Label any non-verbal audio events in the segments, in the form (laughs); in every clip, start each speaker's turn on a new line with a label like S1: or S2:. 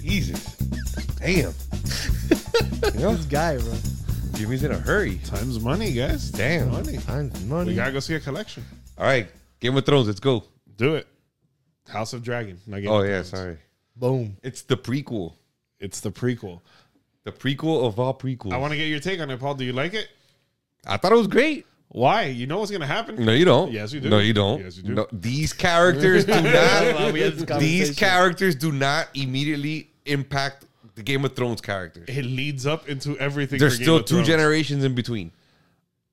S1: Jesus.
S2: (laughs)
S1: Damn. you know,
S2: This guy, bro.
S1: Jimmy's in a hurry.
S3: Time's money, guys.
S1: Damn.
S3: Money.
S1: Time's
S3: We
S1: money.
S3: gotta go see a collection.
S1: All right. Game of Thrones. Let's go.
S3: Do it. House of Dragon. not Game
S1: oh,
S3: of
S1: yeah.
S3: Thrones.
S1: Sorry.
S2: (laughs) Boom.
S1: It's the prequel.
S3: It's the prequel.
S1: The prequel of all prequels.
S3: I want to get your take on it, Paul. Do you like it?
S1: I thought it was great.
S3: Why? You know what's gonna happen?
S1: No, you don't.
S3: Yes, you do.
S1: No, you don't.
S3: Yes, you do.
S1: No, these characters do not.
S2: we had this
S1: these
S2: conversation.
S1: characters do not immediately impact the Game of Thrones characters.
S3: It leads up into everything.
S1: There's
S3: for Game
S1: still
S3: of
S1: two
S3: Thrones.
S1: generations in between.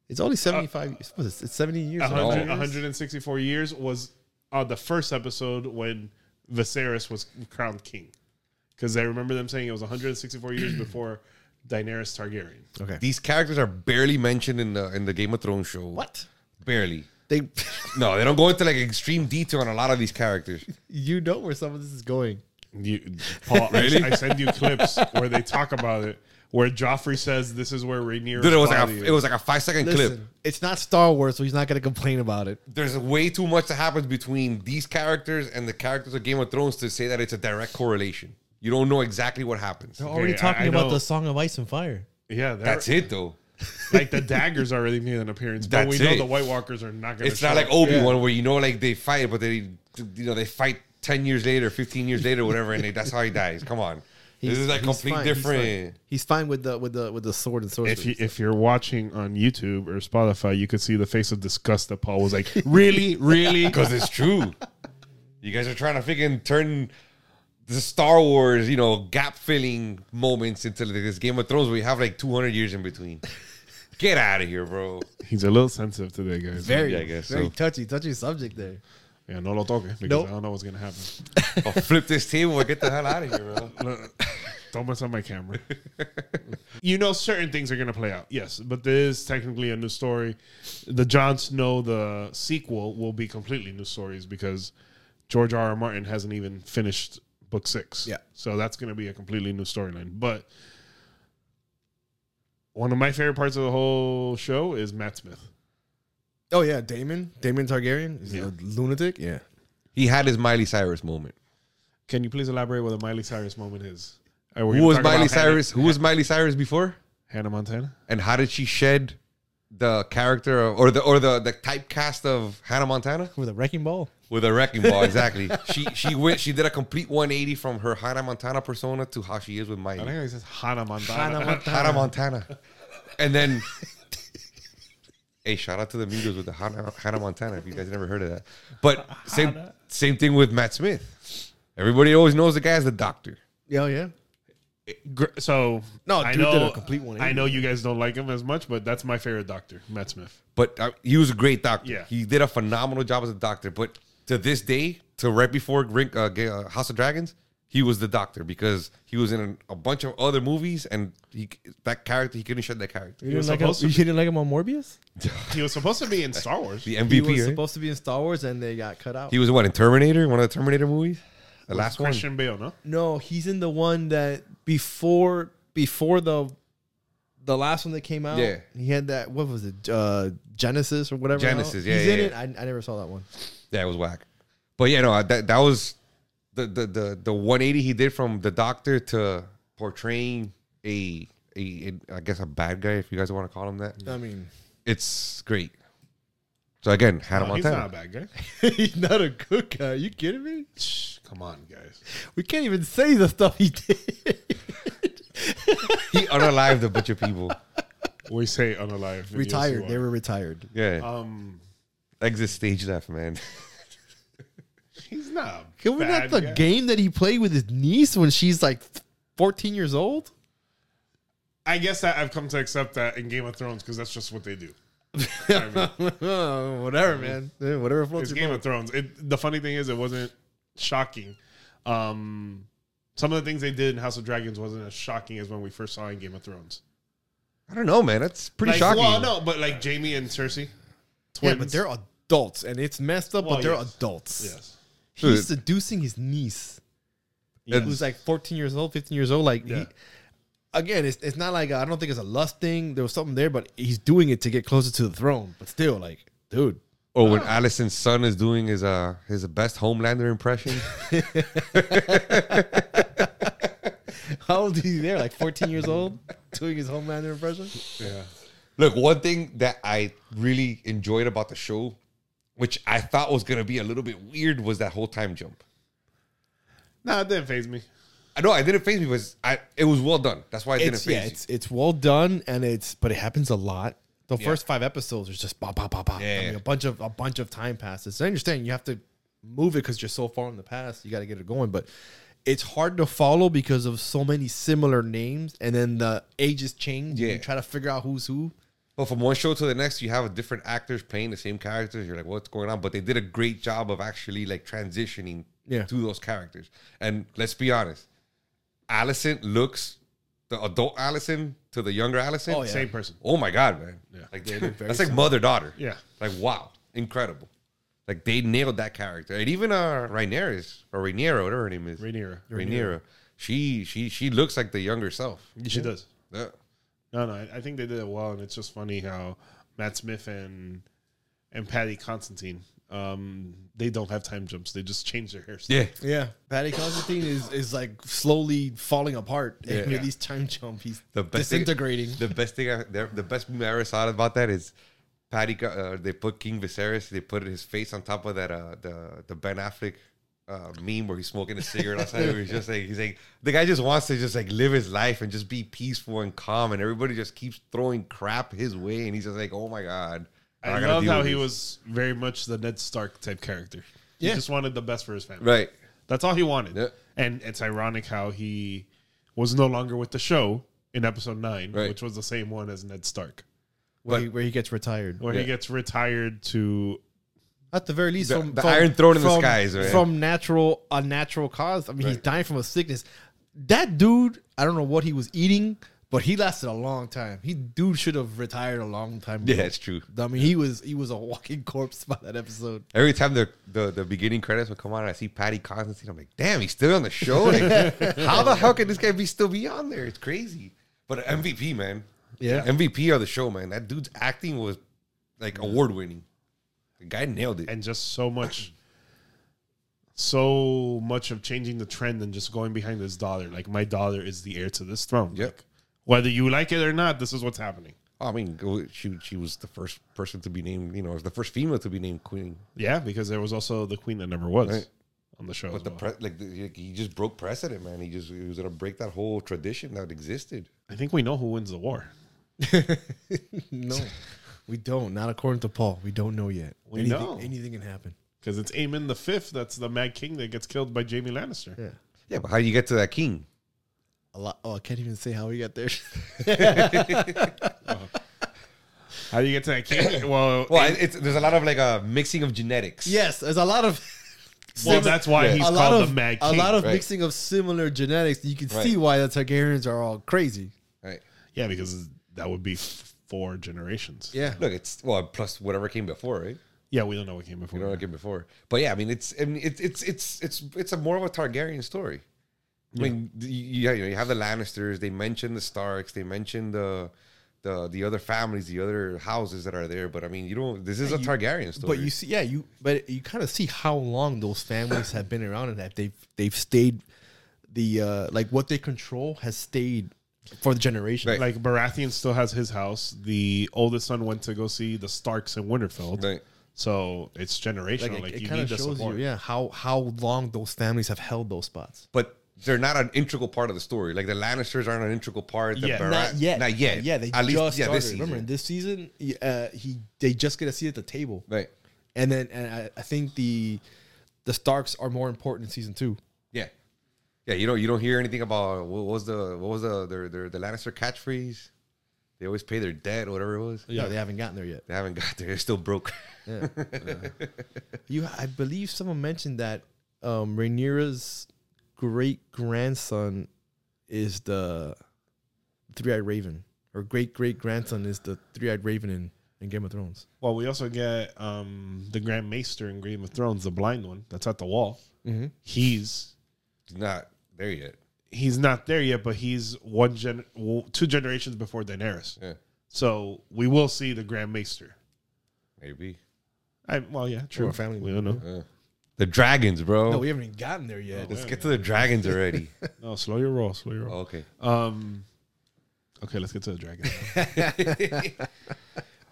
S2: It's only 75. years- what is it? It's 70 years. old.
S3: 100,
S1: Oh.
S3: 164 years was uh, the first episode when Viserys was crowned king. Because I remember them saying it was
S1: (clears throat)
S3: 164 years before Daenerys Targaryen.
S2: Okay.
S1: These characters are barely mentioned in the in the Game of Thrones show.
S2: What?
S1: Barely.
S2: They, (laughs)
S1: No, they don't go into like extreme detail on a lot of these characters.
S2: you know where some of this is going.
S3: You, (laughs) Paul, I- I, send you clips where they talk about it, where Joffrey says this is where Rhaenyra's
S1: Dude, it was like
S3: body
S1: a,
S3: is."
S1: it was like a five second clip.
S2: Listen, it's not Star Wars, so he's not going to complain about it.
S1: There's way too much that happens between these characters and the characters of Game of Thrones to say that it's a direct correlation. You don't know exactly what happens.
S2: They're already
S3: I-
S2: talking
S3: I
S2: about
S3: know.
S2: the Song of Ice and Fire.
S3: yeah, they're-
S1: That's it though.
S3: Like the daggers already made an appearance, but we
S1: That's
S3: know
S1: it.
S3: the White Walkers are not going to.
S1: It's not like Obi Wan where you know like they fight, but they you know they fight ten years later, fifteen years later, whatever, and they, that's how he dies. Come on, this is like
S2: he's
S1: complete
S2: fine, he's
S1: different.
S2: fine. He's fine with the with the with the sword and sorcery.
S3: If you if you're watching on YouTube or Spotify, you could see the face of disgust that Paul
S1: (laughs)
S3: was like, "Really, really."
S1: Because it's true. you guys are trying to freaking turn the Star Wars, you know, gap filling moments into like this Game of Thrones where you have like 200 years in between. Get out of here, bro.
S3: He's a little sensitive today, guys.
S2: very,
S1: Yeah, I guess (laughs)
S2: very
S1: so.
S2: touchy, touchy subject there.
S3: Yeah, no lo toque because
S2: Nope.
S3: I don't know what's gonna happen.
S1: I'll Oh, flip this table and get the hell out of here, bro.
S3: (laughs) Don't mess up my camera. (laughs) you know, certain things are gonna play out. Yes, but there is technically a new story. The Jon Snow, the sequel, will be completely new stories because George R. R. Martin hasn't even finished book six.
S2: Yeah.
S3: so that's gonna be a completely new storyline. But one of my favorite parts of the whole show is Matt Smith.
S2: Oh yeah, Damon, Damon Targaryen, is
S3: Yeah.
S2: a lunatic. Yeah,
S1: He had his Miley Cyrus moment.
S3: Can you please elaborate what a Miley Cyrus moment is? Are we
S1: Who
S3: Uh, gonna
S1: was
S3: talk about
S1: Miley
S3: Hannah-
S1: Cyrus? Who was Miley Cyrus before?
S3: Hannah Montana?
S1: And how did she shed the character of, or the or the, the typecast of Hannah Montana?
S2: with a wrecking ball.
S1: With a wrecking ball, exactly. (laughs) she she went. She did a complete 180 from her Hannah Montana persona to how she is with
S3: I
S1: Miley.
S3: think it says Hannah Montana.
S2: Hannah Montana.
S1: Hannah Montana, and then. Hey, shout out to the Migos with the Hannah, Hannah Montana. If you guys never heard of that, but same same thing with Matt Smith. Everybody always knows the guy as the doctor.
S2: Yeah, oh, yeah.
S3: Gr- so
S2: No,
S3: I
S2: dude did
S3: know,
S2: a complete 180.
S3: I know you guys don't like him as much, but that's my favorite doctor, Matt Smith.
S1: but uh, he was a great doctor.
S3: Yeah.
S1: He did a phenomenal job as a doctor. But to this day, to right before Ring- uh, Ga- uh, House of Dragons, he was the doctor because he was in a, a bunch of other movies and he that character he couldn't shed that character.
S2: You
S3: was
S2: didn't, like him,
S3: supposed to
S2: you didn't like him on Morbius.
S3: He was supposed to be in Star Wars.
S1: The
S2: He
S1: MVP.
S2: was
S1: right?
S2: supposed to be in Star Wars, and they got cut out.
S1: he was what in Terminator, one of the Terminator movies, the last
S3: Christian Bale, no?
S2: no, he's in the one that before before the the last one that came out.
S1: Yeah.
S2: he had that. What was it? Uh, Genesis or whatever. the hell.
S1: Genesis, yeah,
S2: he's
S1: yeah,
S2: in
S1: yeah.
S2: it. I, I never saw that one.
S1: one. Yeah, it was whack. But yeah, no, that that was the the the the 180 he did from the doctor to portraying a a, a I guess a bad guy if you guys want to call him that.
S2: I mean,
S1: It's great. So again, Hannah
S3: No, he's
S1: Montana.
S3: not a bad guy.
S2: (laughs) he's not a good guy. you kidding me?
S3: Shh, Come on, guys.
S2: We can't even say the stuff he did.
S1: he unalived a bunch
S3: (laughs)
S1: of people.
S3: We say unalive.
S2: (laughs)
S3: and
S2: retired.
S3: yes,
S2: They
S3: you
S2: were retired.
S1: Yeah,
S3: are. Um,
S1: exit stage left,
S3: (laughs)
S1: man.
S3: he's not. a
S2: Can we not
S3: bad
S2: the
S3: guy.
S2: game that he played with his niece when she's like 14 years old?
S3: I guess that I've come to accept that in Game of Thrones because that's just what they do. I mean,
S2: Whatever, man. Yeah, Whatever floats
S3: it's
S2: your
S3: Game of Thrones. It, the funny thing is, it wasn't shocking. Um, some of the things they did in House of Dragons wasn't as shocking as when we first saw in Game of Thrones.
S1: I don't know, man. That's pretty
S3: like,
S1: shocking.
S3: Well, no, but like Jamie and Cersei,
S2: Yeah,
S3: twins.
S2: but they're adults and it's messed up,
S3: Well,
S2: but they're
S3: yes.
S2: adults.
S3: yes.
S2: He's seducing his niece
S1: It's-
S2: who's like 14 years old, 15 years old. Like,
S3: Yeah.
S2: he, again, it's, it's not like I I don't think it's a lust thing. There was something there, but he's doing it to get closer to the throne. But still, like, dude.
S1: Or oh, when Allison's son is doing his uh his best Homelander impression.
S2: How old is he there? Like 14 years
S3: (laughs)
S2: old, doing his Homelander impression.
S3: Yeah.
S1: Look, one thing that I really enjoyed about the show, which I thought was gonna be a little bit weird, was that whole time jump.
S3: Nah, it didn't phase me.
S1: I know I didn't phase me because I it was well done. That's why I didn't
S2: It's yeah,
S1: phase
S2: it's it's well done, and it's but it happens a lot. The
S1: Yeah.
S2: first five episodes is just bah bah bah bah.
S1: Yeah,
S2: I mean,
S1: yeah.
S2: a bunch of a bunch of time passes. I understand you have to move it because you're so far in the past. You got to get it going, but it's hard to follow because of so many similar names, and then the ages change. and
S1: Yeah.
S2: you try to figure out who's who.
S1: But from one show to the next, you have a different actors playing the same characters. You're like, what's going on? But they did a great job of actually like transitioning
S2: Yeah.
S1: to those characters. And let's be honest, Allison looks the adult Allison to the younger Allison.
S2: Oh, yeah.
S3: Same person.
S1: Oh my god, man!
S3: Yeah.
S1: Like
S3: (laughs)
S1: they, that's like mother daughter.
S3: Yeah.
S1: Like wow, incredible. Like they nailed that character, and even uh Rhaenyra's or Rhaenyra, whatever her name is,
S3: Rhaenyra.
S1: Rhaenyra. She she she looks like the younger self.
S3: She does.
S1: Yeah.
S3: No, no, I, I think they did it well, and it's just funny how Matt Smith and and Patty Constantine, um, they don't have time jumps. They just change their hairstyle.
S1: Yeah.
S2: Yeah, Patty Constantine is is like slowly falling apart.
S1: Yeah.
S2: And with (laughs) these time jump, he's
S1: The best thing-
S2: disintegrating.
S1: The best thing, I, the, the best meme I ever saw about that is Patty. got- Uh, they put King Viserys. They put his face on top of that. Uh, the the Ben Affleck uh, meme where he's smoking a cigarette outside. where he's just like he's like the guy just wants to just like live his life and just be peaceful and calm. And everybody just keeps throwing crap his way, and he's just like, oh my god.
S3: I,
S1: gotta
S3: love
S1: deal
S3: how
S1: with
S3: he
S1: this."
S3: was very much the Ned Stark type character.
S2: Yeah.
S3: He just wanted the best for his family.
S1: right.
S3: That's all he wanted.
S1: Yeah.
S3: And it's ironic how he was no longer with the show in episode nine,
S1: Right.
S3: which was the same one as Ned Stark,
S2: where,
S1: but-
S2: he, where he gets retired.
S3: where
S1: Yeah.
S3: he gets retired to
S2: At the very least,
S1: The-
S2: from,
S1: the
S2: from-
S1: iron thrown in the
S2: from-
S1: skies, right?
S2: From natural, unnatural cause. I mean, he's
S1: Right.
S2: dying from a sickness. That dude, I don't know what he was eating, but he lasted a long time. He dude should have retired a long time
S1: (laughs)
S2: ago.
S1: Yeah, it's true.
S2: I mean, he was he was a walking (laughs) corpse by that
S1: (laughs)
S2: episode.
S1: Every time the, the, the beginning credits would come on, and I see Patty Constantine. I'm like, damn, he's still on the show. (laughs) Like, how the hell can this guy be still be on there? It's crazy. But MVP, man.
S2: Yeah.
S1: MVP of the show, man. That dude's acting was like award winning. The guy nailed it.
S3: and just so much so much of changing the trend and just going behind this dollar like my dollar is the heir to this throne
S1: Yep.
S3: Like, whether you like it or not this is what's happening
S1: I mean, go- she she was the first person to be named, you know, the first female to be named queen.
S3: yeah because there was also the queen that never was
S1: Right.
S3: on the show as
S1: But the
S3: well.
S1: pre- like, the, like he just broke precedent, man. He just he was gonna break that whole tradition that existed.
S3: i think we know who wins the war
S2: No, we don't. Not according to Paul. We don't know yet.
S3: We
S2: anything,
S3: know.
S2: anything can happen.
S3: because it's Aemon the fifth that's the mad king that gets killed by jamie lannister
S2: Yeah.
S1: Yeah, but how do you get to that (laughs) king?
S2: A lot. Oh, I can't even say how we got there. (laughs)
S3: how do you get to that
S1: (coughs)
S3: king well,
S1: Well,
S3: Aemon-
S1: it's, there's a lot of like a mixing of genetics.
S2: yes, there's a lot of.
S3: well that's why
S1: Yeah.
S3: he's
S2: a lot
S3: called
S2: of
S3: the mad
S2: a
S3: king
S2: lot of
S1: right.
S2: mixing of similar genetics. You can
S1: Right.
S2: see why the Targaryens are all crazy.
S1: Right.
S3: yeah because that would be f- four generations
S2: Yeah,
S1: Look, it's well plus whatever came before, right?
S3: yeah we don't know what came before
S1: You know what came before, but yeah, I mean, it's I mean, it's it's it's it's it's a more of a Targaryen story. I mean, you, you, you know, you have the Lannisters. They mention the Starks. They mention the the the other families, the other houses that are there. But I mean, you don't. This is a Targaryen story.
S2: but you see, yeah, you but you kind of see how long those families have been around and that they've they've stayed the uh like what they control has stayed for the generation.
S1: Right.
S3: like Baratheon still has his house. The oldest son went to go see the Starks in Winterfell.
S1: Right.
S3: So it's generational.
S2: Like,
S3: Like,
S2: it,
S3: you
S2: kind
S3: need
S2: of
S3: the
S2: shows
S3: support.
S2: you, yeah, how how long those families have held those spots.
S1: but they're not an integral part of the story. Like the Lannisters aren't an integral part. The
S3: Yeah.
S1: Barat-
S2: Not yet,
S1: Not yet.
S2: Yeah, they
S1: At least,
S2: just
S1: yeah,
S2: started.
S1: this season.
S2: Remember, in this season, y- uh, he they just get a seat at the table.
S1: right.
S2: And then and I, I think the the Starks are more important in season two.
S1: Yeah. Yeah, you don't you don't hear anything about what was the what was the their, their the Lannister catchphrase? They always pay their debt or whatever it was.
S2: Yeah, they haven't gotten there yet.
S1: They haven't got there. They're still broke. (laughs)
S2: You, I believe someone mentioned that um, Rhaenyra's great grandson is the three eyed raven. Her great great grandson is the three eyed raven in, in Game of Thrones.
S3: Well, we also get um, the Grand Maester in Game of Thrones, the blind one that's at the wall.
S1: Mm-hmm.
S3: He's
S1: He's not there yet.
S3: he's not there yet, but he's one gen well, two generations before Daenerys.
S1: Yeah.
S3: So we will see the Grand Maester.
S1: Maybe.
S3: I, well, yeah, true.
S2: family.
S3: We don't know.
S1: Yeah. The dragons, bro.
S2: No, we haven't even gotten there yet.
S1: Let's get to the dragons
S2: (laughs)
S1: already. Oh,
S3: No, slow your roll. Slow your roll.
S1: okay. (laughs)
S3: Um, okay, let's get to the dragon.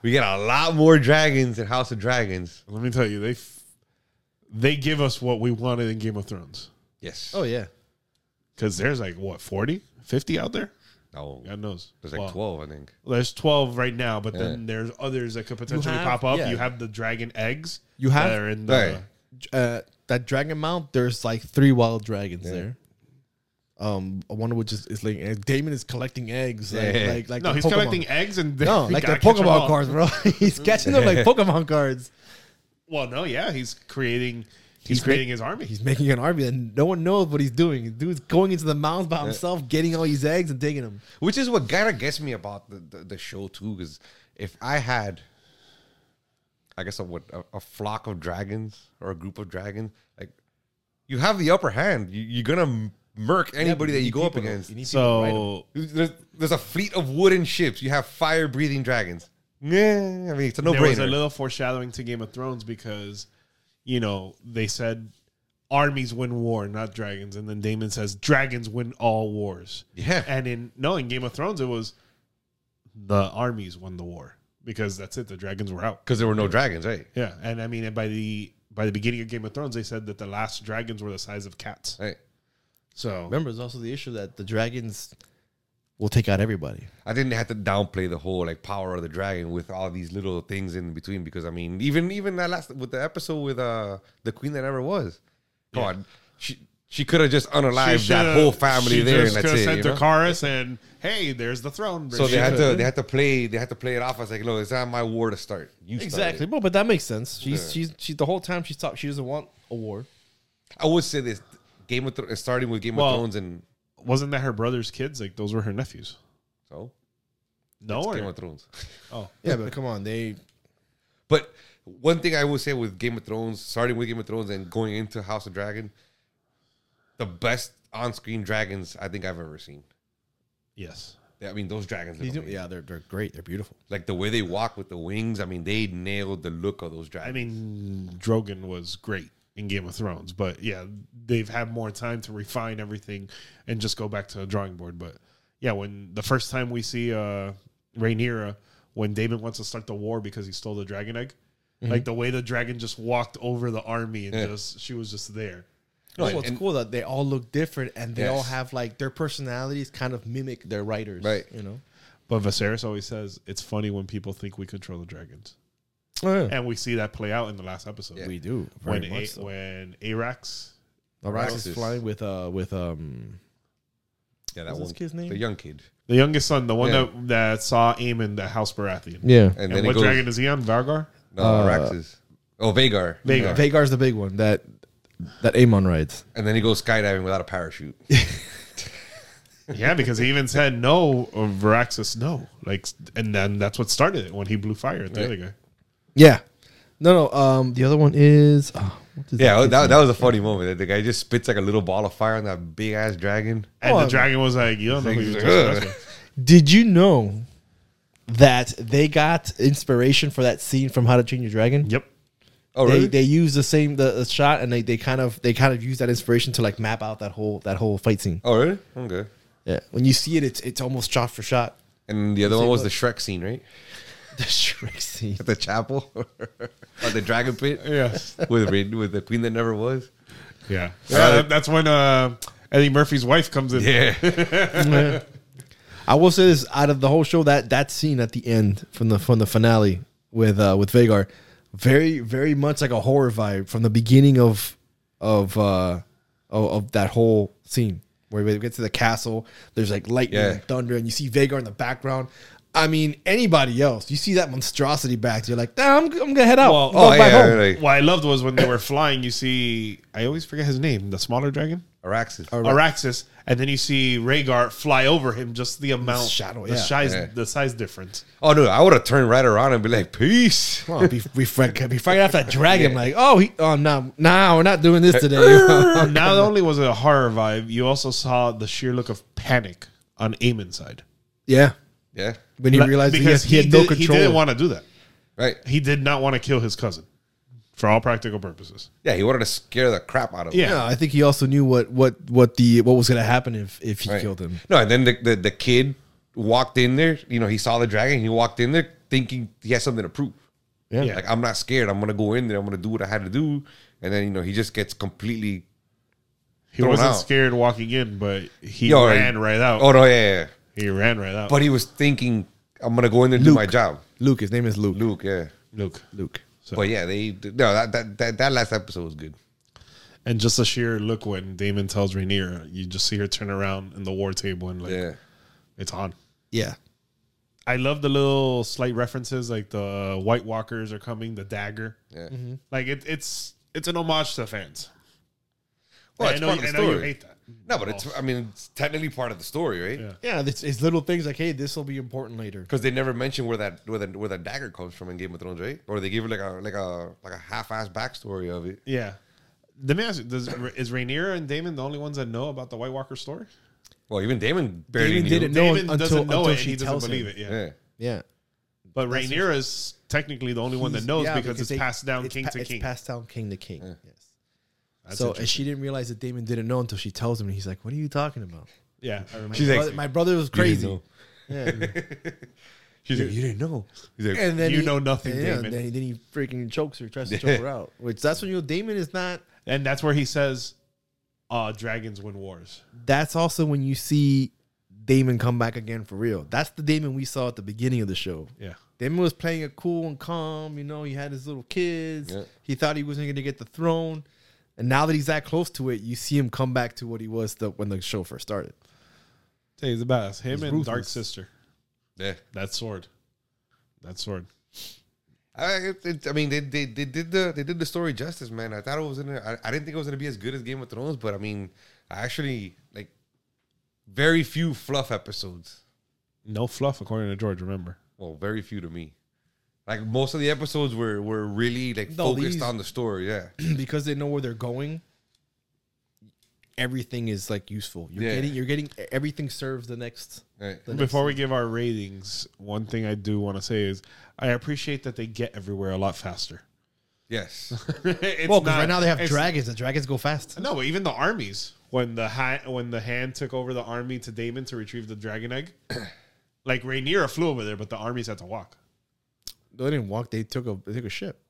S1: We got a lot more dragons than House of Dragons.
S3: Let me tell you, they f- they give us what we wanted in Game of Thrones
S1: Yes.
S2: Oh yeah,
S3: because there's like what 40, 50 out there.
S1: No.
S3: God knows.
S1: There's like
S3: Well,
S1: 12, I think.
S3: There's twelve right now, but then there's others that could potentially
S2: have-
S3: pop up.
S2: yeah.
S3: You have the dragon eggs.
S2: You have-
S3: that are in the.
S1: Right.
S2: uh, that dragon mount. There's like three wild dragons there. Um, one of which is, is laying eggs. Damon is collecting eggs. Like,
S1: Yeah.
S2: like, like
S3: No,
S2: the
S3: he's
S2: Pokemon.
S3: collecting eggs and
S2: (laughs)
S3: they- (laughs)
S2: No,
S3: we
S2: like the
S3: gotta catch 'em all.
S2: Pokemon cards, bro. (laughs) he's catching (laughs) them like Pokemon cards.
S3: Well, no, yeah, he's creating. He's,
S2: He's
S3: creating his army.
S2: He's making an army, and no one knows what he's doing. The dude's going into the mounds by himself, getting all these eggs and taking them.
S1: Which is what kind of gets me about the, the, the show, too, because if I had, I guess, a, what, a, a flock of dragons or a group of dragons, like, you have the upper hand. You, you're going to murk anybody that you go up against.
S3: so
S1: There's, there's a fleet of wooden ships. You have fire breathing dragons. Yeah, I mean, it's a no
S3: there was a
S1: brainer.
S3: little foreshadowing to Game of Thrones because, you know, they said armies win war, not dragons, and then Damon says dragons win all wars.
S1: Yeah.
S3: and in no, in Game of Thrones it was the armies won the war because that's it. The dragons were out.
S1: Because there were no dragons, right?
S3: Yeah, and I mean, and by the by the beginning of Game of Thrones, they said that the last dragons were the size of cats.
S1: Right.
S3: So
S2: Remember, there's also the issue that the dragons will take out everybody.
S1: I didn't have to downplay the whole like power of the dragon with all these little things in between because I mean even even that last with the episode with uh the queen that never was. Come on, she she could have just unalived that
S3: shoulda-
S1: whole family
S3: she
S1: there and
S3: just
S1: that's
S3: coulda
S1: it.
S3: Sent
S1: you
S3: to
S1: know?
S3: Chorus and hey, there's the throne.
S1: So
S3: She
S1: they had
S3: coulda-
S1: to they had to play they had to play it off as like no it's not my war to start. You start
S2: Exactly,
S1: it.
S2: bro. But that makes sense. She's she's she the whole time she's talking. She doesn't want a war.
S1: I would say this Game of Thrones starting with Game
S3: Well-
S1: of Thrones and
S3: Wasn't that her brother's kids? Like those were her nephews.
S1: so
S3: No,
S1: it's
S3: or-
S1: Game of Thrones.
S3: oh,
S2: Yeah, but (laughs) come on, they
S1: But one thing I will say with Game of Thrones, starting with Game of Thrones and going into House of Dragon, the best on-screen dragons I think I've ever seen.
S3: yes.
S1: I mean, those dragons. Look
S2: these do,
S1: amazing.
S2: yeah they're they're great. They're beautiful.
S1: Like the way they walk with the wings. I mean, they nailed the look of those
S3: I
S1: dragons.
S3: mean, Drogon was great in Game of Thrones, but yeah, they've had more time to refine everything and just go back to the drawing board. But yeah, when the first time we see uh Rhaenyra, when Damon wants to start the war because he stole the dragon egg, like the way the dragon just walked over the army and
S1: Mm-hmm. Yeah.
S3: just she was just there.
S2: No,
S1: Right,
S2: what's
S1: and-
S2: cool that they all look different and they all
S1: Yes.
S2: have like their personalities kind of mimic their writers.
S1: Right.
S2: You know.
S3: But Viserys always says it's funny when people think we control the dragons,
S2: Oh,
S3: and we see that play out in the last episode.
S1: Yeah.
S2: We do very
S3: When a-
S2: much so.
S3: when Arax,
S2: Arax
S1: Araxes.
S2: is flying with uh with um
S1: yeah, that
S2: what's
S1: one.
S2: this kid's name?
S1: The young kid.
S3: the youngest son, the one
S1: Yeah.
S3: that that saw Aemon, the House Baratheon,
S2: yeah
S1: And,
S3: And,
S1: then
S3: what
S1: it goes.
S3: dragon is he on? Vargar?
S1: No,
S2: Uh,
S1: Araxes. Oh, Vagar.
S3: Vagar.
S2: Vagar's the big one that that Amon rides.
S1: And then he goes skydiving without a parachute.
S3: yeah, because he even said no, or Varaxis no. Like, and then that's what started it when he blew fire at the
S1: Right.
S3: other guy.
S2: Yeah. No, no. Um, the other one is oh, what is
S1: yeah,
S2: kid's
S1: that,
S2: name?
S1: that was a funny moment. The guy just spits like a little ball of fire on that big ass dragon.
S3: And
S2: Oh,
S3: the dragon was like, "You don't know who
S1: He's
S3: you're
S1: like,
S3: talking
S1: "Ugh."
S3: about."
S2: Did you know that they got inspiration for that scene from How to Train Your Dragon?
S3: Yep.
S1: Oh,
S2: They,
S1: really?
S2: they used the same the, the shot and they, they kind of they kind of use that inspiration to like map out that whole that whole fight scene.
S1: oh, really? Okay.
S2: Yeah. When you see it, it's it's almost shot for shot. (laughs)
S1: And the other one was the Shrek scene, right?
S2: The Shrek scene.
S1: At the chapel (laughs) or the dragon pit
S2: (laughs)
S3: Yes.
S1: with Rid- with the queen that never was.
S3: Yeah. Uh, that- that's when uh, Eddie Murphy's wife comes in.
S1: (laughs) Yeah.
S2: I will say this: out of the whole show, that that scene at the end from the from the finale with uh, with Vagar, very very much like a horror vibe from the beginning of of uh, of, of that whole scene where we get to the castle. There's like lightning
S1: Yeah.
S2: and thunder, and you see Vagar in the background. I mean, anybody else, you see that monstrosity back, you're like, nah, I'm, I'm gonna head out.
S3: Well,
S2: I'm
S1: oh,
S2: going back
S1: yeah.
S2: home."
S1: Like,
S3: What I loved was when they were flying. You see, I always forget his name. The smaller dragon,
S1: Araxes.
S3: Araxis, and then you see Rhaegar fly over him. Just the amount,
S2: shadow,
S3: the
S2: yeah.
S3: size,
S1: Yeah.
S3: the size difference.
S1: Oh no, I would have turned right around and be like, "Peace."
S2: Come on, be, be, frank, be frank after that dragon. Like, oh, he, oh, no, nah, we're not doing this
S3: (laughs)
S2: today.
S3: Not only was it a horror vibe, you also saw the sheer look of panic on Aemon's side.
S2: yeah,
S1: Yeah,
S2: when he realized he, had, he had
S3: did,
S2: no control.
S3: He didn't want to do that.
S1: right.
S3: He did not want to kill his cousin for all practical purposes.
S1: Yeah, he wanted to scare the crap out of him.
S3: Yeah.
S2: Yeah, I think he also knew what what what the what was gonna happen if if he
S1: Right.
S2: killed him.
S1: No, and then the, the the kid walked in there. You know, he saw the dragon. He walked in there thinking he has something to prove.
S2: Yeah.
S3: Yeah.
S1: Like I'm not scared. I'm gonna go in there. I'm gonna do what I had to do. And then you know he just gets completely.
S3: He
S1: Thrown
S3: wasn't
S1: out.
S3: scared walking in, but he
S1: Yo,
S3: ran
S1: he-
S3: right out.
S1: Oh no, yeah, yeah, yeah.
S3: He ran right out.
S1: But he was thinking, I'm gonna go in there and do
S2: Luke.
S1: my job.
S2: Luke, his name is Luke.
S1: Luke, yeah.
S3: Luke.
S2: Luke.
S1: But yeah, they no that that that, that last episode was good.
S3: And just a sheer look when Damon tells Rainier, you just see her turn around in the war table and like
S1: Yeah.
S3: it's on.
S2: Yeah.
S3: I love the little slight references, like the uh, White Walkers are coming, the dagger.
S1: Yeah.
S2: Mm-hmm.
S3: Like it, it's it's an homage to the fans.
S1: Well,
S3: And
S1: it's
S3: I know,
S1: part
S3: you-
S1: of the
S3: I know you
S1: story.
S3: hate that. Oh.
S1: No, but it's I mean it's technically part of the story, right?
S3: Yeah.
S2: Yeah, it's, it's little things like, hey, this will be important later.
S1: Because they never mention where that where that where that dagger comes from in Game of Thrones, right? Or they give it like a like a like a half ass backstory of it.
S3: Yeah. Let me ask you: does, Is Rainier and Damon the only ones that know about the White Walker story?
S1: Well, even Damon barely
S2: Damon
S1: knew.
S2: didn't No,
S3: Damon
S2: until-
S3: doesn't know
S2: until
S3: it. and
S2: she
S3: he doesn't
S2: tells
S3: believe
S2: him.
S3: it. Yeah.
S1: Yeah.
S2: Yeah.
S3: But Rainier is technically the only one that
S2: He's-
S3: knows
S2: yeah,
S3: because, it's
S2: they-
S3: passed down
S2: it's
S3: king
S2: pa-
S3: to king.
S2: It's passed down king to king. Yes.
S3: That's
S2: so and
S3: interesting.
S2: she didn't realize that Damon didn't know until she tells him, and he's like, "What are you talking about?
S3: yeah, I remember.
S2: My,
S1: She's like,
S2: brother, my brother was crazy."
S1: know.
S2: Yeah.
S1: She's like, you didn't know. He's like,
S2: And then
S3: You
S2: he-
S3: know nothing,
S2: and yeah,
S3: Damon.
S2: Then he, then he freaking chokes her,
S3: (laughs)
S2: tries to choke her out. Which that's when you know Damon is not.
S3: and that's where he says, uh, "Dragons win wars."
S2: That's also when you see Damon come back again for real. That's the Damon we saw at the beginning of the show.
S3: Yeah,
S2: Damon was playing it cool and calm. You know, he had his little kids.
S1: Yeah.
S2: He thought he wasn't going to get the throne, and now that he's that close to it, you see him come back to what he was the, when the show first started. (clears throat)
S3: Hey, he's the best. Him and Dark
S2: ruthless.
S3: Sister.
S1: yeah.
S3: That sword. That sword.
S1: I, it, it- I mean, they, they they did the they did the story justice, man. I thought it was gonna. I, I didn't think it was gonna be as good as Game of Thrones, but I mean, I actually like very few fluff episodes.
S3: No fluff, according to George. Remember,
S1: Well, very few to me. Like most of the episodes were were really like
S2: No,
S1: focused
S2: these-
S1: on the story. Yeah,
S2: because they know where they're going everything is like useful you're
S1: Yeah.
S2: getting you're getting e, everything serves the next
S1: Right.
S2: the
S3: before we give our ratings, one thing I do want to say is I appreciate that they get everywhere a lot faster. (laughs)
S2: (laughs)
S1: yes.
S3: it's
S2: well because
S3: not-
S2: right now they have
S3: it's-
S2: dragons the dragons go fast
S3: No, but even the armies. When the hand, when the hand took over the army to Damon to retrieve the
S2: (clears throat)
S3: dragon egg, like Rhaenyra flew over there, but the armies had to walk.
S2: they didn't walk they took a they took a ship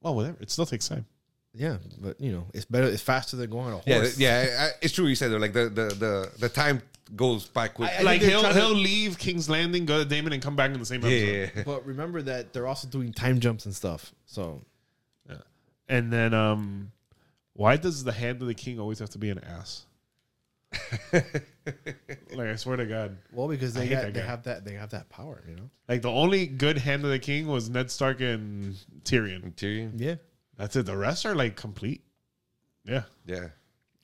S3: Well, whatever. It still takes time.
S2: yeah but you know it's better it's faster than going on a horse
S1: yeah, th- yeah. I, I- it's true. You said that. Like the the the the time goes by quick.
S2: I- I-
S3: like
S2: they're
S3: he'll
S2: trying to-
S3: he'll leave King's Landing, go to Damon, and come back in the same
S1: yeah,
S3: episode.
S1: yeah, yeah.
S2: but remember that they're also doing time jumps and stuff so
S3: And then, um, why does the hand of the king always have to be an
S2: (laughs)
S3: ass? like I swear to God,
S2: well because they
S3: hate
S2: got,
S3: that
S2: they
S3: guy.
S2: have that they have that power you know
S3: like the only good hand of the king was Ned Stark and Tyrion.
S1: Tyrion.
S2: yeah
S3: That's it. The rest are like complete. Yeah,
S1: Yeah.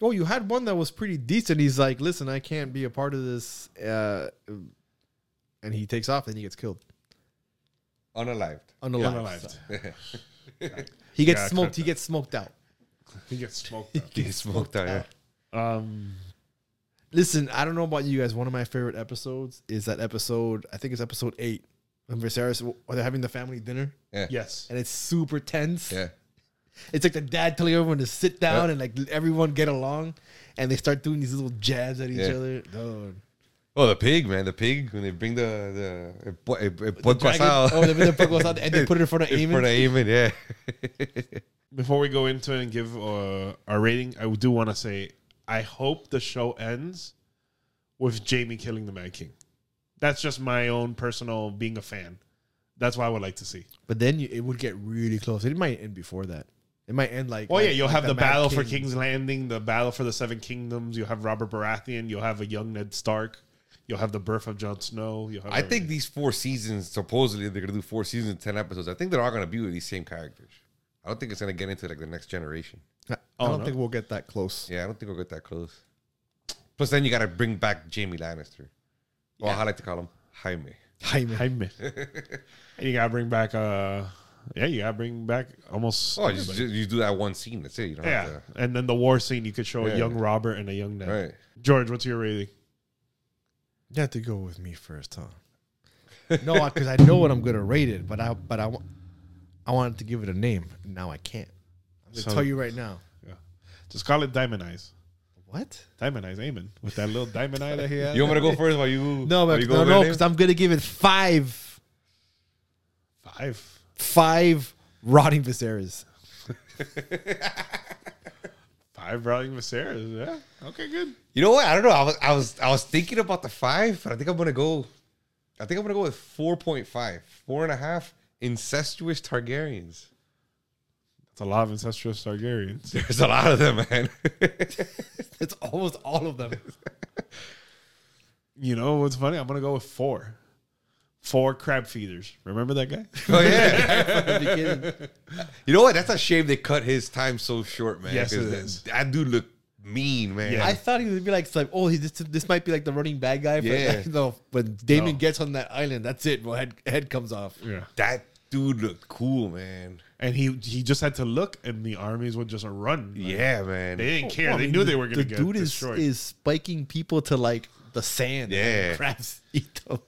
S2: Oh, you had one that was pretty decent. He's like, listen, I can't be a part of this. Uh, and he takes off and he gets killed.
S1: Unalived. (laughs)
S2: Unalived.
S3: unalived.
S2: He gets
S3: Yeah, I
S2: smoked.
S3: caught
S2: He gets smoked out. Uh,
S3: He gets smoked. Up.
S1: (laughs)
S2: (laughs)
S1: He smoked out. Yeah.
S3: Um,
S2: Listen, I don't know about you guys. One of my favorite episodes is that episode, I think it's episode eight, when Viserys, or they're having the family dinner
S3: yes.
S2: and it's super tense.
S1: Yeah.
S2: It's like the dad telling everyone to sit down
S1: Yeah.
S2: and like everyone get along. And they start doing these little jabs at each
S1: Yeah.
S2: other. Dude.
S1: Oh, the pig, man, the pig when they bring the the it, it, it puts us
S2: Dragon-
S1: out.
S2: (laughs) oh, they put the puck goes out and they put it in
S3: (laughs)
S2: front
S1: (laughs)
S2: of
S1: In
S2: Aemon.
S1: front of Eamon,
S2: (laughs)
S1: yeah.
S3: Before we go into it and give uh, our rating, I do want to say I hope the show ends with Jamie killing the Mad King. That's just my own personal being a fan. That's what I would like to see.
S2: But then you, it would get really close. It might end before that. It might end like.
S3: Oh yeah,
S2: like-
S3: you'll
S2: like
S3: have the,
S2: Mad
S3: battle for
S2: King.
S3: King's Landing, the battle for the Seven Kingdoms. You'll have Robert Baratheon. You'll have a young Ned Stark. You'll have the birth of Jon Snow. You'll have
S1: I think these four seasons, supposedly they're gonna do four seasons, ten episodes. I think they're all gonna be with these same characters. I don't think it's gonna get into like the next generation.
S2: I
S3: Oh,
S2: don't
S3: no.
S2: think we'll get that close.
S1: Yeah, I don't think we'll get that close. Plus, then you gotta bring back Jamie Lannister. Well, I like to call him Jaime.
S2: Jaime.
S3: Jaime. and (laughs) you gotta bring back. uh Yeah, you gotta bring back almost.
S1: Oh, you, just,
S3: everybody.
S1: you do that one scene. That's it. You don't
S3: yeah,
S1: have
S3: and then the war scene. You could show
S1: Yeah.
S3: a young Robert and a young Ned.
S1: to. Right.
S3: George, what's your rating?
S2: You have to go
S3: (laughs)
S2: with me first, huh? no, because I know what I'm gonna rate it, but I but I want. I wanted to give it a name. Now I can't. I'm gonna
S3: So-
S2: tell you right now.
S3: Just call it Diamond Eyes.
S2: What?
S3: Diamond Eyes, Amen. With that little diamond eye that he has.
S2: (laughs)
S1: You want me to go first while you? while
S2: No, but
S1: you
S2: no,
S1: over
S2: no,
S1: the name?
S2: because I'm gonna give it five,
S3: (laughs) Five.
S2: five rotting Viserys.
S3: Five Rowling Viserys. Yeah. Okay, good.
S1: You know what? I don't know. I was I was I was thinking about the five, but I think I'm gonna go. I think I'm gonna go with 4.5. Four and a half incestuous Targaryens. (laughs)
S3: That's a lot of ancestral Targaryens.
S1: There's a lot of them, man.
S2: (laughs)
S1: (laughs)
S2: It's almost all of them. (laughs)
S3: You know what's funny? I'm gonna go with four. Four crab feeders. Remember that guy? (laughs)
S1: oh yeah.
S2: From the beginning.
S1: You know what? That's a shame they cut his time so short, man.
S3: Yes, it
S1: 'cause that-
S3: is.
S1: That dude looked mean, man.
S3: Yeah.
S2: I thought he would be like, it's like oh, he, this this might be like the running bad guy. For,
S1: Yeah.
S2: (laughs) no, when Damon
S3: No.
S2: gets on that island, that's it. Well, head head comes off. Oh,
S3: Yeah.
S1: That dude looked cool, man.
S3: And he he just had to look, and the armies would just run. Like,
S1: Yeah, man.
S3: They didn't care.
S2: Well, Oh, I
S3: they
S2: mean,
S3: knew they were gonna
S2: the
S3: get
S2: dude is
S3: destroyed.
S2: is spiking people to like the sand. and
S1: Yeah.
S2: (laughs) crabs eat
S3: (laughs)
S2: them.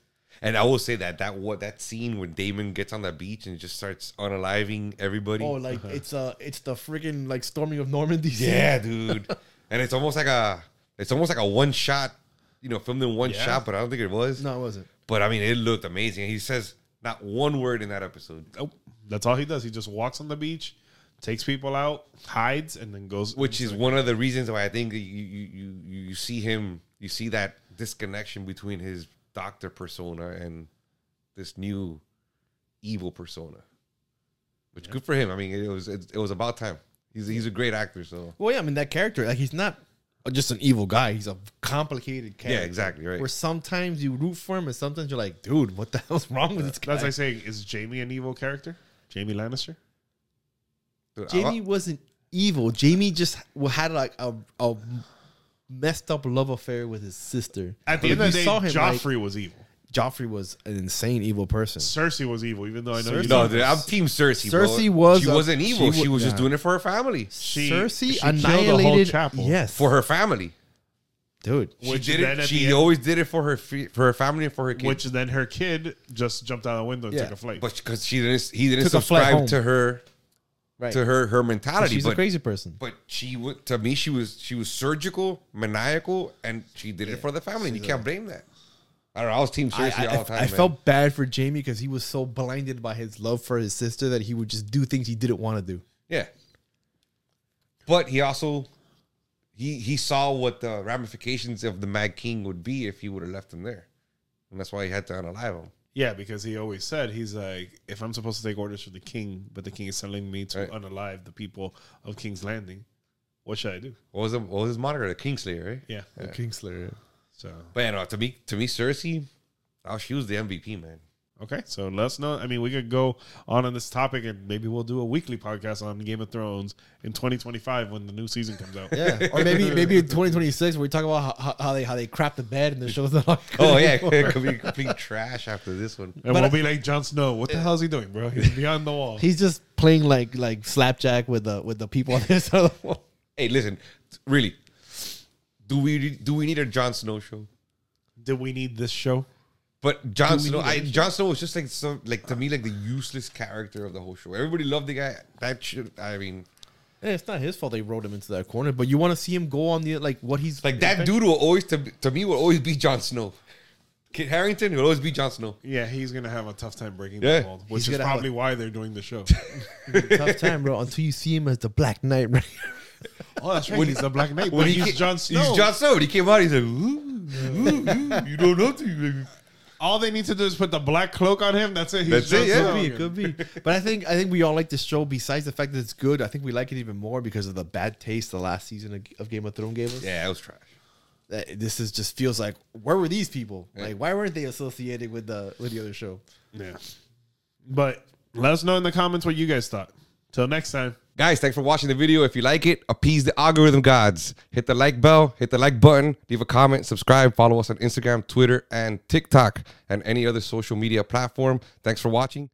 S1: and I will say that that what that scene when Damon gets on the beach and just starts unaliving everybody.
S2: Oh,
S3: Uh-huh.
S2: like it's uh it's the friggin' like storming of Normandy. scene.
S1: Yeah,
S3: (laughs)
S1: dude. and it's almost like a it's almost like a one shot, you know, filmed in one
S3: Yeah.
S1: shot, but I don't think it was.
S2: No, it wasn't.
S1: But I mean, it looked amazing. He says not one word in that episode,
S3: Nope. That's all he does. He just walks on the beach, takes people out, hides, and then goes.
S1: which is one of the reasons why I think that you you you, you you see him, you see that disconnection between his doctor persona and this new evil persona. Which good for him. I mean, it was it, it was about time. He's he's a great actor, so
S2: Well, yeah, I mean that character, like he's not just an evil guy. He's a complicated character.
S1: yeah, exactly right.
S2: Where sometimes you root for him, and sometimes you're like, dude, what the (laughs) hell's wrong with this guy?
S3: Uh, That's like saying, is Jamie an evil character? Jamie Lannister. uh,
S1: Dude, I-
S2: Jamie wasn't evil. Jamie just w- had like a, a messed up love affair with his sister.
S3: At the
S2: But
S3: end of
S2: you
S3: the day,
S2: saw him, like,
S3: Joffrey was evil.
S2: Joffrey was an insane evil person.
S3: Cersei was evil, even though I know you
S2: Cersei-
S1: No,
S3: don't-
S1: dude, I'm Team Cersei. bro.
S2: Cersei was
S1: She
S2: a-
S1: wasn't evil.
S2: she
S1: She,
S2: wa-
S1: was just
S2: yeah.
S1: doing it for her family.
S3: She-
S2: Cersei
S3: she killed the whole
S2: annihilated
S3: chapel.
S2: Yes,
S1: For her family.
S2: dude.
S1: She
S3: Which
S1: did
S3: then
S1: it.
S3: at
S1: She
S3: the end-
S1: always did it for her fe- for her family and for her kids.
S3: Which then her kid just jumped out of the window and
S2: Yeah.
S3: took a flight.
S1: but because she didn't, he didn't
S2: Took a flight
S1: subscribe
S2: home.
S1: to her
S2: Right.
S1: to her her mentality.
S2: She's
S1: but,
S2: a crazy person.
S1: but she would to me she was she was surgical, maniacal, and she did it for the family. And you can't blame that. I don't know. I was Team
S2: I,
S1: Cersei
S2: I,
S1: all the time.
S2: I
S1: man.
S2: felt bad for Jamie because he was so blinded by his love for his sister that he would just do things he didn't want to do.
S1: yeah. But he also he he saw what the ramifications of the Mad King would be if he would have left him there, and that's why he had to unalive him.
S3: yeah, because he always said he's like, if I'm supposed to take orders from the king, but the king is telling me to
S1: Right.
S3: unalive the people of King's Landing, what should I do?
S1: What was, the, what was his moniker? The Kingslayer, right?
S3: Yeah.
S2: Kingslayer.
S3: So
S1: But you know, to me, to me, Cersei, oh, she was the MVP, man.
S3: okay, so let us know. I mean, we could go on on this topic, and maybe we'll do a weekly podcast on Game of Thrones in 2025 when the new season comes out.
S2: Yeah, or maybe maybe in 2026 where we talk about how, how they how they crap the bed and the show's not.
S1: Oh yeah, (laughs) it could be complete trash after this one.
S3: And
S2: But
S3: we'll
S2: I-
S3: be like, Jon Snow, what the hell is he doing, bro? He's beyond the
S2: (laughs)
S3: wall.
S2: he's just playing like like slapjack with the with the people on this side of the wall.
S1: Hey, listen, really, do we do we need a Jon Snow show?
S3: Did we need this show?
S1: But Jon
S2: we
S1: Snow,
S2: need
S1: I,
S2: a show?
S1: Jon Snow was just like some, like to me, like the useless character of the whole show. Everybody loved the guy. That should, I mean,
S2: (laughs) Yeah, it's not his fault they rode him into that corner, but you want to see him go on the like what he's (laughs)
S1: like that dude will always to to me will always be Jon Snow. Kit Harrington will always be Jon Snow.
S3: Yeah, he's gonna have a tough time breaking
S1: Yeah.
S3: the mold, which
S2: He's
S3: is
S2: gonna have
S3: probably why they're doing the show.
S2: tough time, bro. Until you see him as the Black Knight, right?
S3: oh, that's right. When he's the Black Knight, but
S1: When he
S3: he's
S1: ca-
S3: Jon Snow.
S1: He's Jon Snow. When he came out, he's like,
S3: (laughs)
S1: ooh, ooh, ooh, you don't know to.
S3: All they need to do is put the black cloak on him. That's it. He's
S1: That's it,
S3: Jon
S1: yeah.
S3: Snow.
S2: Could be, could be. But I think I think we all like this show. Besides the fact that it's good, I think we like it even more because of the bad taste the last season of- of Game of Thrones gave us.
S1: Yeah, it was trash.
S2: that this is just feels like where were these people? Like why weren't they associated with the with the other show?
S3: Yeah. But let us know in the comments what you guys thought. Till next time.
S1: Guys, thanks for watching the video. If you like it, appease the algorithm gods. Hit the like bell, hit the like button, leave a comment, subscribe, follow us on Instagram, Twitter, and TikTok, and any other social media platform. Thanks for watching.